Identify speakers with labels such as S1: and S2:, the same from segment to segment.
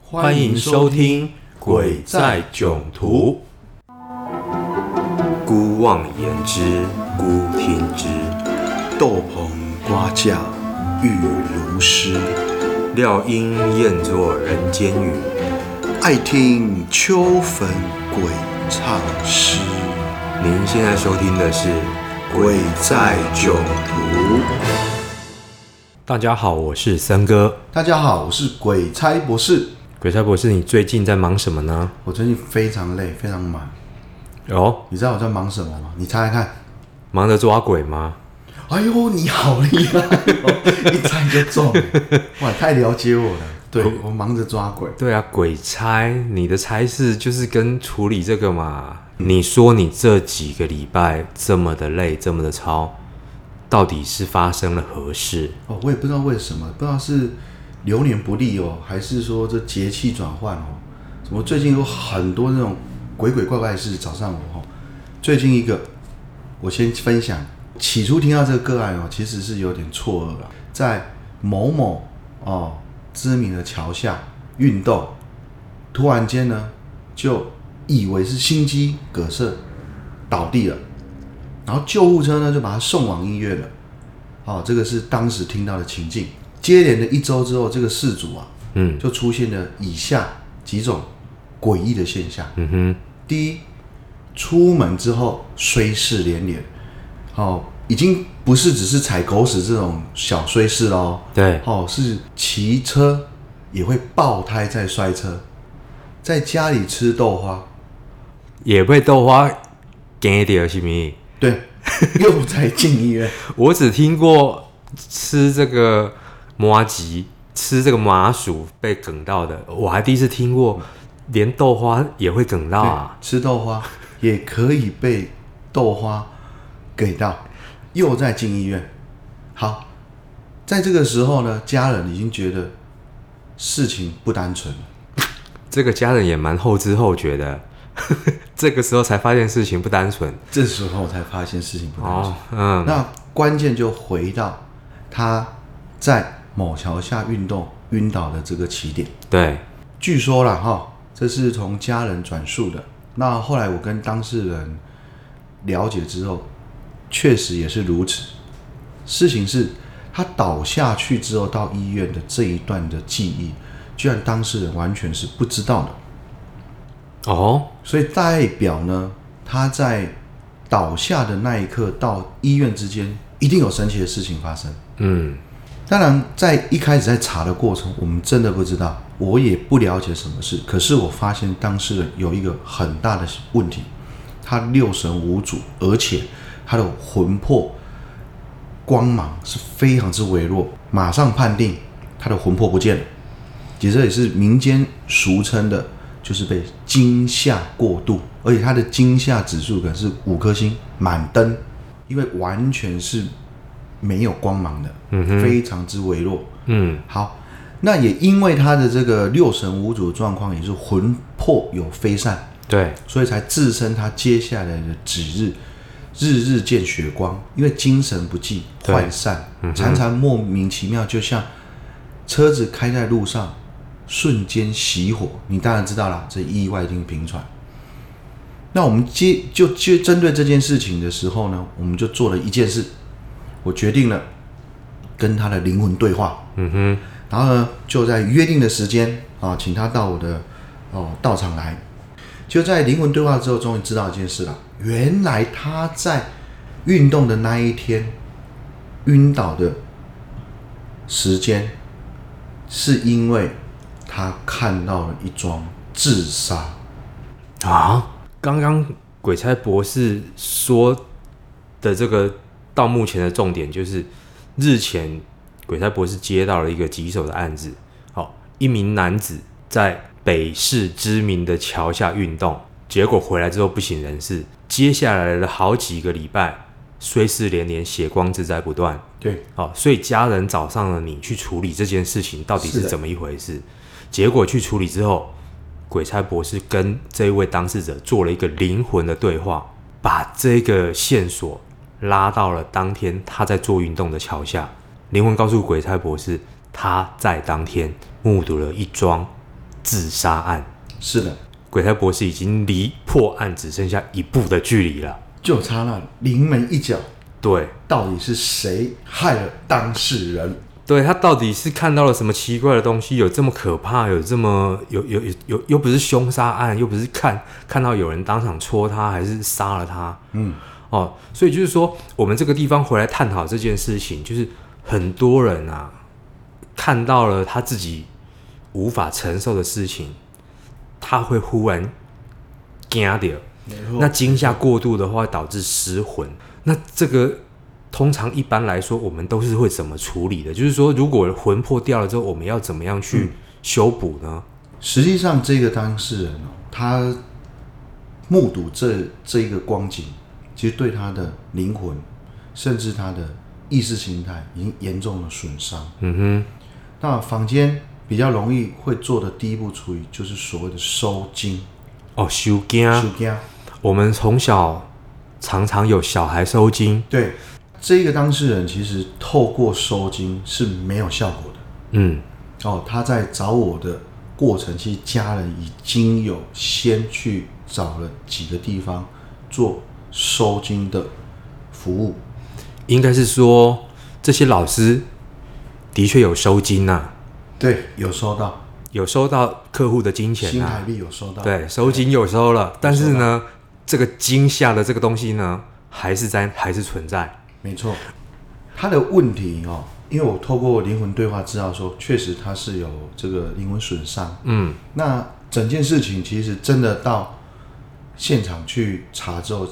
S1: 欢迎收听《鬼在囧途》。
S2: 孤望言之，孤听之。
S3: 豆棚瓜架雨如诗，
S2: 料应厌作人间语。
S3: 爱听秋坟鬼唱诗。
S2: 您现在收听的是《鬼在囧途》。大家好，我是森哥。
S3: 大家好，我是鬼差博士。
S2: 鬼差博士，你最近在忙什么呢？
S3: 我最近非常累，非常忙。
S2: 哦，
S3: 你知道我在忙什么吗？你猜猜看。
S2: 忙着抓鬼吗？
S3: 哎呦，你好厉害、哦， 一猜就中了！哇，太了解我了。对，我忙着抓鬼。
S2: 对啊，鬼差，你的差事就是跟处理这个嘛。你说你这几个礼拜这么的累，这么的操，到底是发生了何事？
S3: 哦，我也不知道为什么，不知道是流年不利哦，还是说这节气转换哦？怎么最近有很多那种鬼鬼怪怪的事找上我哦？最近一个，我先分享，起初听到这个个案哦，其实是有点错愕了，在某某哦知名的桥下运动，突然间呢就以为是心肌梗塞倒地了，然后救护车呢就把他送往医院了。哦，这个是当时听到的情境。接连的一周之后，这个事主啊，
S2: 嗯
S3: 就出现了以下几种诡异的现象。
S2: 嗯哼，
S3: 第一，出门之后衰事连连，哦，已经不是只是踩狗屎这种小衰事喽，
S2: 对，
S3: 哦，是骑车也会爆胎再摔车，在家里吃豆花，
S2: 也被豆花给掉是咪？
S3: 对， 又在进医院，
S2: 我只听过吃这个麻吉，吃这个麻薯被梗到的，我还第一次听过连豆花也会梗到啊！
S3: 吃豆花 也可以被豆花给到，又在进医院。好，在这个时候呢，家人已经觉得事情不单纯了。
S2: 这个家人也蛮后知后觉的， 这个时候才发现事情不单纯
S3: 这时候才发现事情不单纯。
S2: 哦。嗯，
S3: 那关键就回到他在某桥下运动晕倒的这个起点。
S2: 对，
S3: 据说啦，哈，这是从家人转述的。那后来我跟当事人了解之后，确实也是如此。事情是他倒下去之后到医院的这一段的记忆，居然当事人完全是不知道的。
S2: 哦，
S3: 所以代表呢，他在倒下的那一刻到医院之间，一定有神奇的事情发生。
S2: 嗯，
S3: 当然，在一开始在查的过程，我们真的不知道，我也不了解什么事。可是我发现当事人有一个很大的问题，他六神无主，而且他的魂魄光芒是非常之微弱。马上判定他的魂魄不见了，其实也是民间俗称的，就是被惊吓过度，而且他的惊吓指数可能是五颗星满灯，因为完全是没有光芒的，嗯、非常之微弱。
S2: 嗯，
S3: 好，那也因为他的这个六神无主的状况，也是魂魄有飞散，
S2: 对，
S3: 所以才自身他接下来的指日日日见血光，因为精神不济
S2: 对
S3: 涣散，常常莫名其妙，就像车子开在路上瞬间熄火，你当然知道啦，这意外一定频传。那我们接就就针对这件事情的时候呢，我们就做了一件事，我决定了跟他的灵魂对话。
S2: 嗯哼，
S3: 然后呢，就在约定的时间啊，请他到我的哦道场来。就在灵魂对话之后，终于知道一件事了，原来他在运动的那一天晕倒的时间，是因为他看到了一桩自杀。
S2: 啊，刚刚鬼差博士说的这个到目前的重点就是，日前鬼差博士接到了一个棘手的案子，好、一名男子在北市知名的桥下运动，结果回来之后不省人事，接下来的好几个礼拜，虽事连连，血光之灾不断。
S3: 对，
S2: 好、所以家人找上了你去处理这件事情，到底
S3: 是
S2: 是
S3: 的
S2: 怎么一回事？结果去处理之后，鬼差博士跟这一位当事者做了一个灵魂的对话，把这个线索拉到了当天他在做运动的桥下。灵魂告诉鬼差博士，他在当天目睹了一桩自杀案，
S3: 是的，
S2: 鬼差博士已经离破案只剩下一步的距离了。
S3: 就差那临门一脚，
S2: 对，
S3: 到底是谁害了当事人？
S2: 对他到底是看到了什么奇怪的东西？有这么可怕？有这么有有有有又不是凶杀案，又不是看看到有人当场戳他，还是杀了他？
S3: 嗯，
S2: 哦，所以就是说，我们这个地方回来探讨这件事情，就是很多人啊，看到了他自己无法承受的事情，他会忽然惊掉。
S3: 没
S2: 那惊吓过度的话，导致失魂。那这个通常一般来说，我们都是会怎么处理的？就是说，如果魂魄掉了之后，我们要怎么样去修补呢？
S3: 实际上，这个当事人哦，他目睹这这一个光景，其实对他的灵魂，甚至他的意识形态，已经严重的损伤。
S2: 嗯
S3: 那坊间比较容易会做的第一步处理，就是所谓的收精、
S2: 哼，哦，修惊。
S3: 收惊。
S2: 我们从小常常有小孩收惊，
S3: 对，这个当事人其实透过收精是没有效果的。
S2: 嗯，
S3: 哦，他在找我的过程，其实家人已经有先去找了几个地方做收金的服务，
S2: 应该是说这些老师的确有收金呐、
S3: 对，有收到，
S2: 有收到客户的金钱
S3: 新
S2: 呐、
S3: 台币有收到，，
S2: 对，收金有收了，但是呢，这个惊吓的这个东西呢，还是在，还是存在。
S3: 没错。他的问题哦，因为我透过灵魂对话知道说，确实他是有这个灵魂损伤。
S2: 嗯，
S3: 那整件事情其实真的到现场去查之后，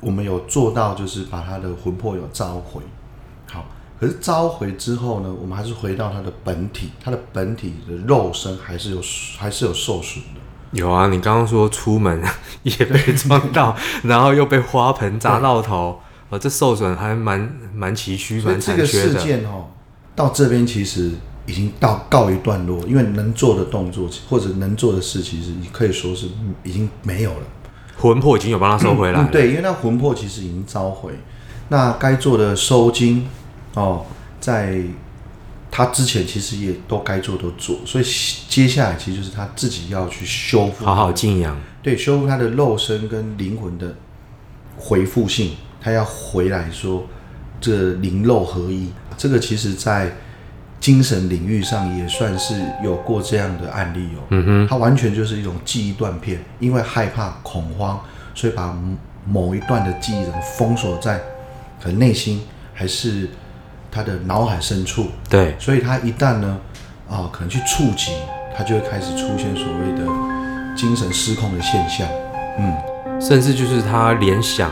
S3: 我们有做到就是把他的魂魄有召回。好，可是召回之后呢，我们还是回到他的本体，他的本体的肉身还是有还是有受损的。
S2: 有啊，你刚刚说出门 也被 撞到，然后又被花盆砸到头，啊，这受损还蛮蛮崎岖、
S3: 所以
S2: 蛮
S3: 这
S2: 残
S3: 个
S2: 缺
S3: 事
S2: 的。
S3: 件哦，到这边其实已经到告一段落，因为能做的动作或者能做的事，其实可以说是已经没有了。
S2: 魂魄已经有帮他收回来
S3: 嗯，
S2: 了。
S3: 对，因为那魂魄其实已经召回，那该做的收金哦，在他之前其实也都该做都做，所以接下来其实就是他自己要去修复，
S2: 好好静养。
S3: 对，修复他的肉身跟灵魂的回复性，他要回来说这灵肉合一，这个其实在精神领域上也算是有过这样的案例哦。嗯哼，他完全就是一种记忆断片，因为害怕恐慌，所以把某某一段的记忆人封锁在可能内心还是他的脑海深处。
S2: 对，
S3: 所以他一旦呢，啊、可能去触及，他就会开始出现所谓的精神失控的现象。嗯，
S2: 甚至就是他连想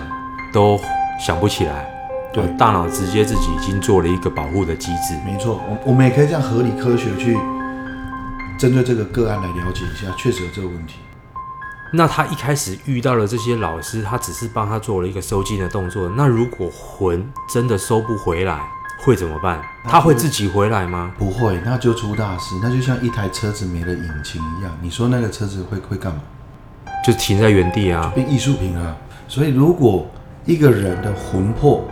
S2: 都想不起来，哦
S3: 对
S2: 大脑直接自己已经做了一个保护的机制。
S3: 没错，我我们也可以这样合理科学去针对这个个案来了解一下，确实有这个问题。
S2: 那他一开始遇到了这些老师，他只是帮他做了一个收金的动作。那如果魂真的收不回来，会怎么办？他
S3: 啊
S2: 会自己回来吗？
S3: 不会，那就出大事，那就像一台车子没了引擎一样，你说那个车子会会干嘛？
S2: 就停在原地啊？
S3: 变艺术品啊。所以，如果一个人的魂魄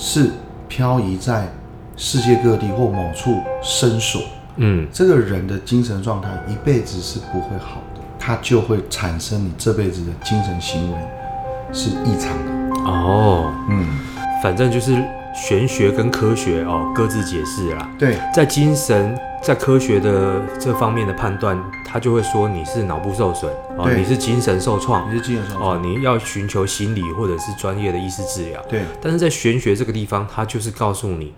S3: 是漂移在世界各地或某处深锁，
S2: 嗯，
S3: 这个人的精神状态一辈子是不会好的，他就会产生你这辈子的精神行为是异常的。
S2: 哦，
S3: 嗯，
S2: 反正就是玄学跟科学哦各自解释啦。
S3: 对，
S2: 在精神、在科学的这方面的判断，他就会说你是脑部受损哦，
S3: 对
S2: 你是精神受创
S3: 你是精神受
S2: 哦
S3: 伤。，
S2: 你要寻求心理或者是专业的医师治疗。
S3: 对，
S2: 但是在玄学这个地方，它就是告诉你，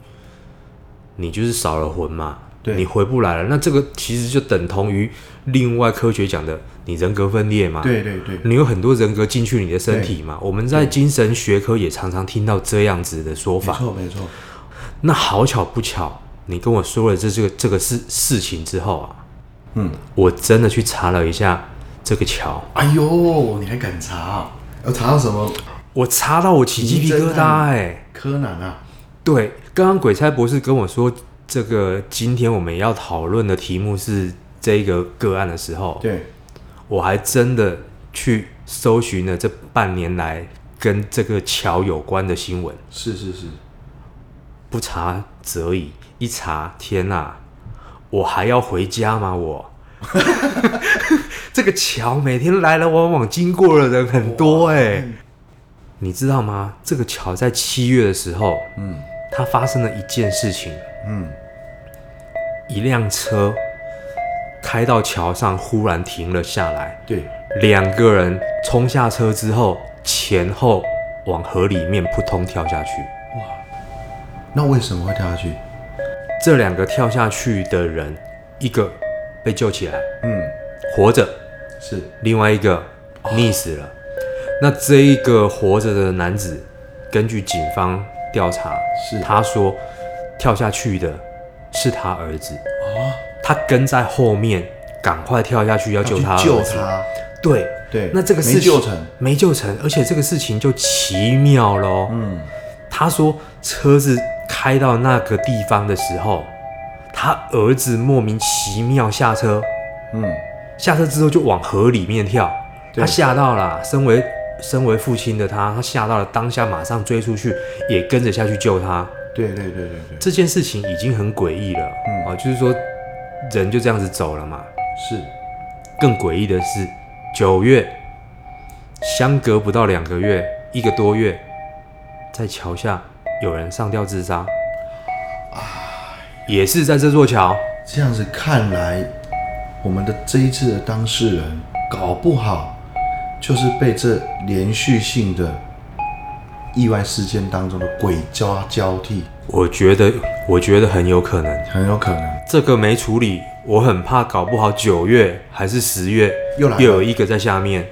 S2: 你就是少了魂嘛，
S3: 对
S2: 你回不来了。那这个其实就等同于另外科学讲的，你人格分裂嘛，
S3: 对对对，
S2: 你有很多人格进去你的身体嘛。我们在精神学科也常常听到这样子的说
S3: 没
S2: 法。
S3: 错没错。
S2: 那好巧不巧，你跟我说了这这个这个事事情之后啊，
S3: 嗯，
S2: 我真的去查了一下这个桥，
S3: 哎呦，你还敢查、啊？要查到什么？
S2: 我查到我起鸡皮疙
S3: 名侦
S2: 瘩
S3: 探
S2: 哎、
S3: 柯南啊？
S2: 对，刚刚鬼差博士跟我说，这个今天我们要讨论的题目是这个个案的时候，
S3: 对，
S2: 我还真的去搜寻了这半年来跟这个桥有关的新闻，
S3: 是是是，
S2: 不啊查则已，一查，天哪、我还要回家吗？我 这个桥每天来来往往经过的人很多哎、你知道吗？这个桥在七月的时候，嗯，它发生了一件事情，
S3: 嗯，
S2: 一辆车开到桥上，忽然停了下来，
S3: 对，
S2: 两个人冲下车之后，前后往河里面扑通跳下去。
S3: 那为什么会跳下去？
S2: 这两个跳下去的人，一个被救起来，
S3: 嗯，
S2: 活着，
S3: 是
S2: 另外一个
S3: 哦
S2: 溺死了。那这一个活着的男子，根据警方调查，
S3: 是
S2: 他说跳下去的是他儿子，
S3: 哦
S2: 他跟在后面，赶快跳下去要救
S3: 去
S2: 他儿子。
S3: 救他，
S2: 对，
S3: 对，
S2: 那这个事
S3: 没
S2: 情
S3: 救成，
S2: 没救成，而且这个事情就奇妙喽。嗯，他说车子开到那个地方的时候，他儿子莫名其妙下车，
S3: 嗯，
S2: 下车之后就往河里面跳，
S3: 对
S2: 他吓到了。身为身为父亲的他，他吓到了，当下马上追出去，也跟着下去救他。
S3: 对对对对对，
S2: 这件事情已经很诡异了，嗯、啊，就是说人就这样子走了嘛。
S3: 是
S2: 更诡异的是，九月相隔不到两个月，一个多月，在桥下有人上吊自杀，也是在这座桥。
S3: 这样子看来，我们的这一次的当事人搞不好就是被这连续性的意外事件当中的鬼抓交替，
S2: 我觉得，我觉得很有可能，
S3: 很有可能
S2: 这个没处理，我很怕搞不好九月还是十月
S3: 又来了
S2: 有一个在下面，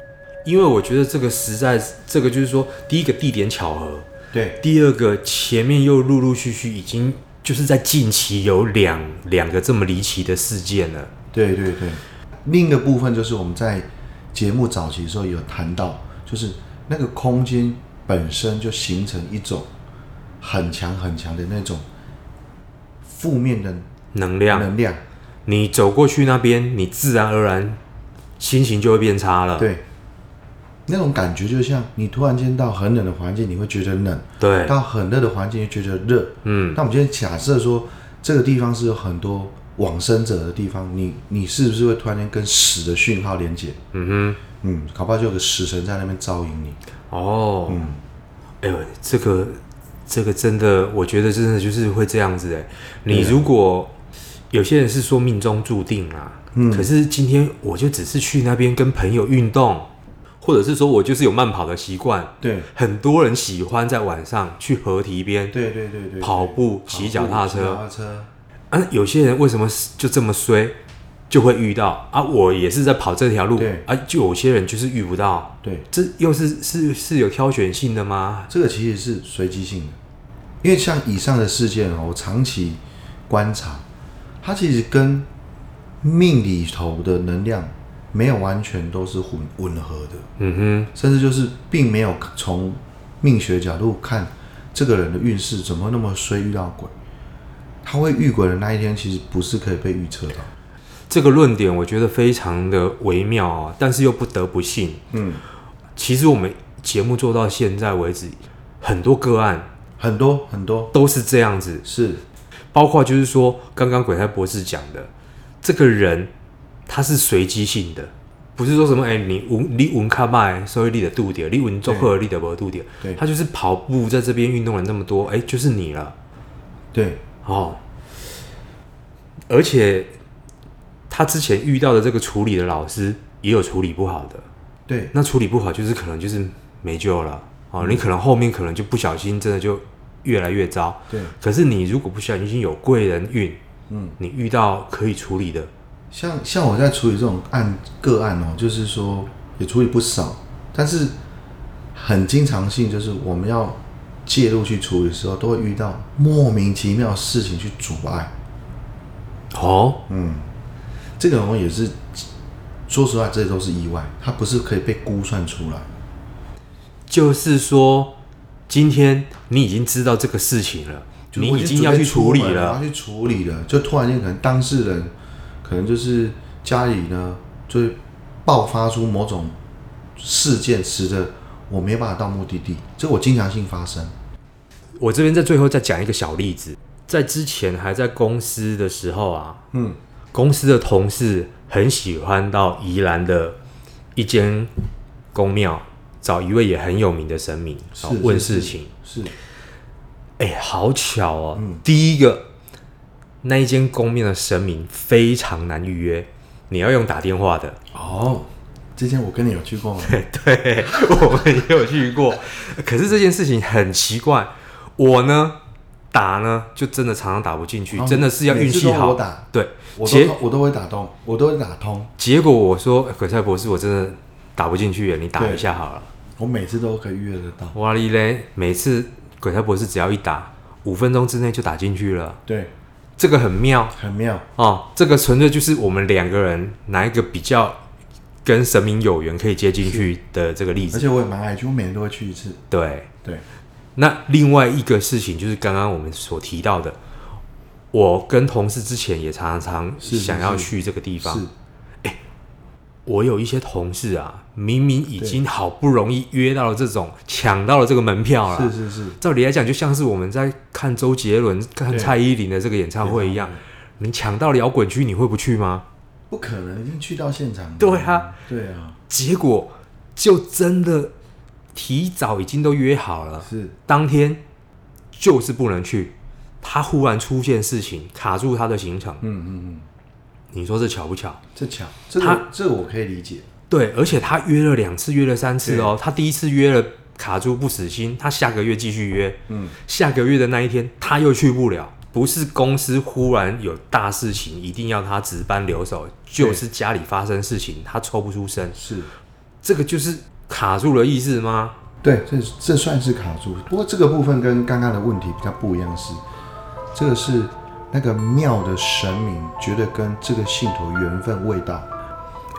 S2: 因为我觉得这个实在，这个就是说，第一个地点巧合，
S3: 对
S2: 第二个，前面又陆陆续续已经就是在近期有两两个这么离奇的事件了。
S3: 对对对。另一个部分就是我们在节目早期的时候有谈到，就是那个空间本身就形成一种很强很强的那种负面的
S2: 能量，
S3: 能量，
S2: 你走过去那边，你自然而然心情就会变差了。
S3: 对，那种感觉就像你突然间到很冷的环境，你会觉得冷；
S2: 对
S3: 到很热的环境，就觉得热。
S2: 嗯，
S3: 那我们今天假设说这个地方是有很多往生者的地方，你你是不是会突然间跟死的讯号连接？
S2: 嗯
S3: 嗯，搞不好就有个死神在那边招引你。
S2: 哼，哦，哎呦，这个这个真的，我觉得真的就是会这样子哎。你如果有些人是说命中注定啦、嗯，可是今天我就只是去那边跟朋友运动，或者是说我就是有慢跑的习惯。
S3: 对，
S2: 很多人喜欢在晚上去河堤边
S3: 对对对对，
S2: 跑步、
S3: 跑
S2: 骑
S3: 步
S2: 脚踏
S3: 骑脚
S2: 车。
S3: 踏车，
S2: 啊，有些人为什么就这么衰，就会遇到啊？我也是在跑这条路
S3: 对，
S2: 啊，就有些人就是遇不到，
S3: 对，
S2: 这又是是是有挑选性的吗？
S3: 这个其实是随机性的，因为像以上的事件哦，我长期观察，它其实跟命里头的能量没有完全都是混吻合的，
S2: 嗯
S3: 甚至就是并没有从命学角度看这个人的运势怎么会那么衰遇到鬼，他会遇鬼的那一天其实不是可以被预测的，
S2: 哼，这个论点我觉得非常的微妙哦，但是又不得不信。
S3: 嗯，
S2: 其实我们节目做到现在为止，很多个案
S3: 很多很多
S2: 都是这样子，
S3: 是
S2: 包括就是说刚刚鬼才博士讲的，这个人他是随机性的，不是说什么哎、你闻你闻卡麦，所以你的度点，你闻中赫你的不度点
S3: 对，
S2: 他就是跑步在这边运动了那么多，哎、就是你了
S3: 对
S2: 哦。而且他之前遇到的这个处理的老师也有处理不好的，
S3: 对
S2: 那处理不好就是可能就是没救了哦，你可能后面可能就不小心真的就越来越糟，
S3: 对，
S2: 可是你如果不小心有贵人运，
S3: 嗯。
S2: 你遇到可以处理的，
S3: 像像我在处理这种案个案哦，就是说也处理不少，但是很经常性就是我们要介入去处理的时候，都会遇到莫名其妙的事情去阻碍。嗯
S2: 哦，
S3: 这个我也是说实话，这都是意外，它不是可以被估算出来的。
S2: 就是说今天你已经知道这个事情了，
S3: 就是
S2: 你
S3: 我
S2: 已
S3: 经
S2: 经要
S3: 准
S2: 去
S3: 备
S2: 处
S3: 出
S2: 理
S3: 门我
S2: 了
S3: 要，去处理了，就突然间可能当事人可能就是家里呢，就会爆发出某种事件，使得我没办法到目的地，这我经常性发生。
S2: 我这边在最后再讲一个小例子，在之前还在公司的时候啊，
S3: 嗯，
S2: 公司的同事很喜欢到宜兰的一间宫庙找一位也很有名的神明
S3: 是
S2: 哦
S3: 是
S2: 问
S3: 是嗯
S2: 事情。
S3: 是
S2: 哎、好巧哦！第一个，那一间宫庙的神明非常难预约，你要用打电话的。
S3: 哦，之前我跟你有去过 吗？
S2: 对，我们也有去过。可是这件事情很奇怪，我呢打呢就真的常常打不进去，
S3: 哦
S2: 真的是要运
S3: 每次
S2: 气
S3: 都
S2: 好
S3: 我。打，
S2: 对，
S3: 我
S2: 结
S3: 都我都会打通，我都会打通，
S2: 结果我说哎鬼才博士，我真的打不进去耶，你打一下好了。
S3: 我每次都可以预约得到。
S2: 哇哩嘞，每次鬼才博士只要一打，五分钟之内就打进去了，
S3: 对，
S2: 这个很妙
S3: 很妙，
S2: 哦。这个纯粹就是我们两个人哪一个比较跟神明有缘可以接进去的这个例
S3: 而
S2: 子。
S3: 且我也蛮爱去，我每年都会去一次。
S2: 对，
S3: 对，
S2: 那另外一个事情就是刚刚我们所提到的，我跟同事之前也常常
S3: 是是
S2: 想要去这个地方。
S3: 是
S2: 我有一些同事啊，明明已经好不容易约到了这种抢到了这个门票
S3: 是
S2: 了。
S3: 是是，
S2: 照理来讲，就像是我们在看周杰伦、看
S3: 对
S2: 蔡依林的这个演唱会一样，你抢到了摇滚区，你会不去吗？
S3: 不可能，已经去到现场了。
S2: 对啊，
S3: 对啊，
S2: 结果就真的提早已经都约好了，
S3: 是
S2: 当天就是不能去，他忽然出现事情卡住他的行程，
S3: 嗯嗯
S2: 你说这巧不巧
S3: 嗯？，这巧，这个
S2: 他
S3: 这个我可以理解。
S2: 对，而且他约了两次，约了三次哦。他第一次约了卡住不死心，他下个月继续约，
S3: 嗯，
S2: 下个月的那一天他又去不了。不是公司忽然有大事情，一定要他值班留守，就是家里发生事情，他抽不出身，
S3: 是，
S2: 这个就是卡住了意思吗？
S3: 对，这这算是卡住。不过这个部分跟刚刚的问题比较不一样是，这个是那个庙的神明觉得跟这个信徒缘分未到，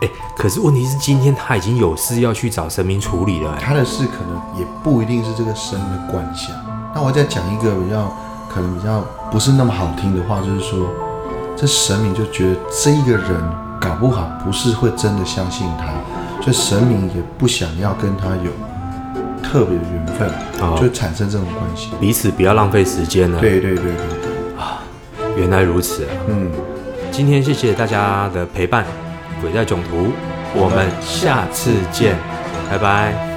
S2: 哎、可是问题是今天他已经有事要去找神明处理了、哎
S3: 他的事可能也不一定是这个神的管辖。那我再讲一个比较可能比较不是那么好听的话，就是说，这神明就觉得这一个人搞不好不是会真的相信他，所以神明也不想要跟他有特别的缘分，
S2: 哦
S3: 就产生这种关系。
S2: 彼此不要浪费时间了。，
S3: 对对对对，
S2: 原来如此啊。
S3: 嗯，
S2: 今天谢谢大家的陪伴，《鬼在囧途》，我们下次见，拜拜。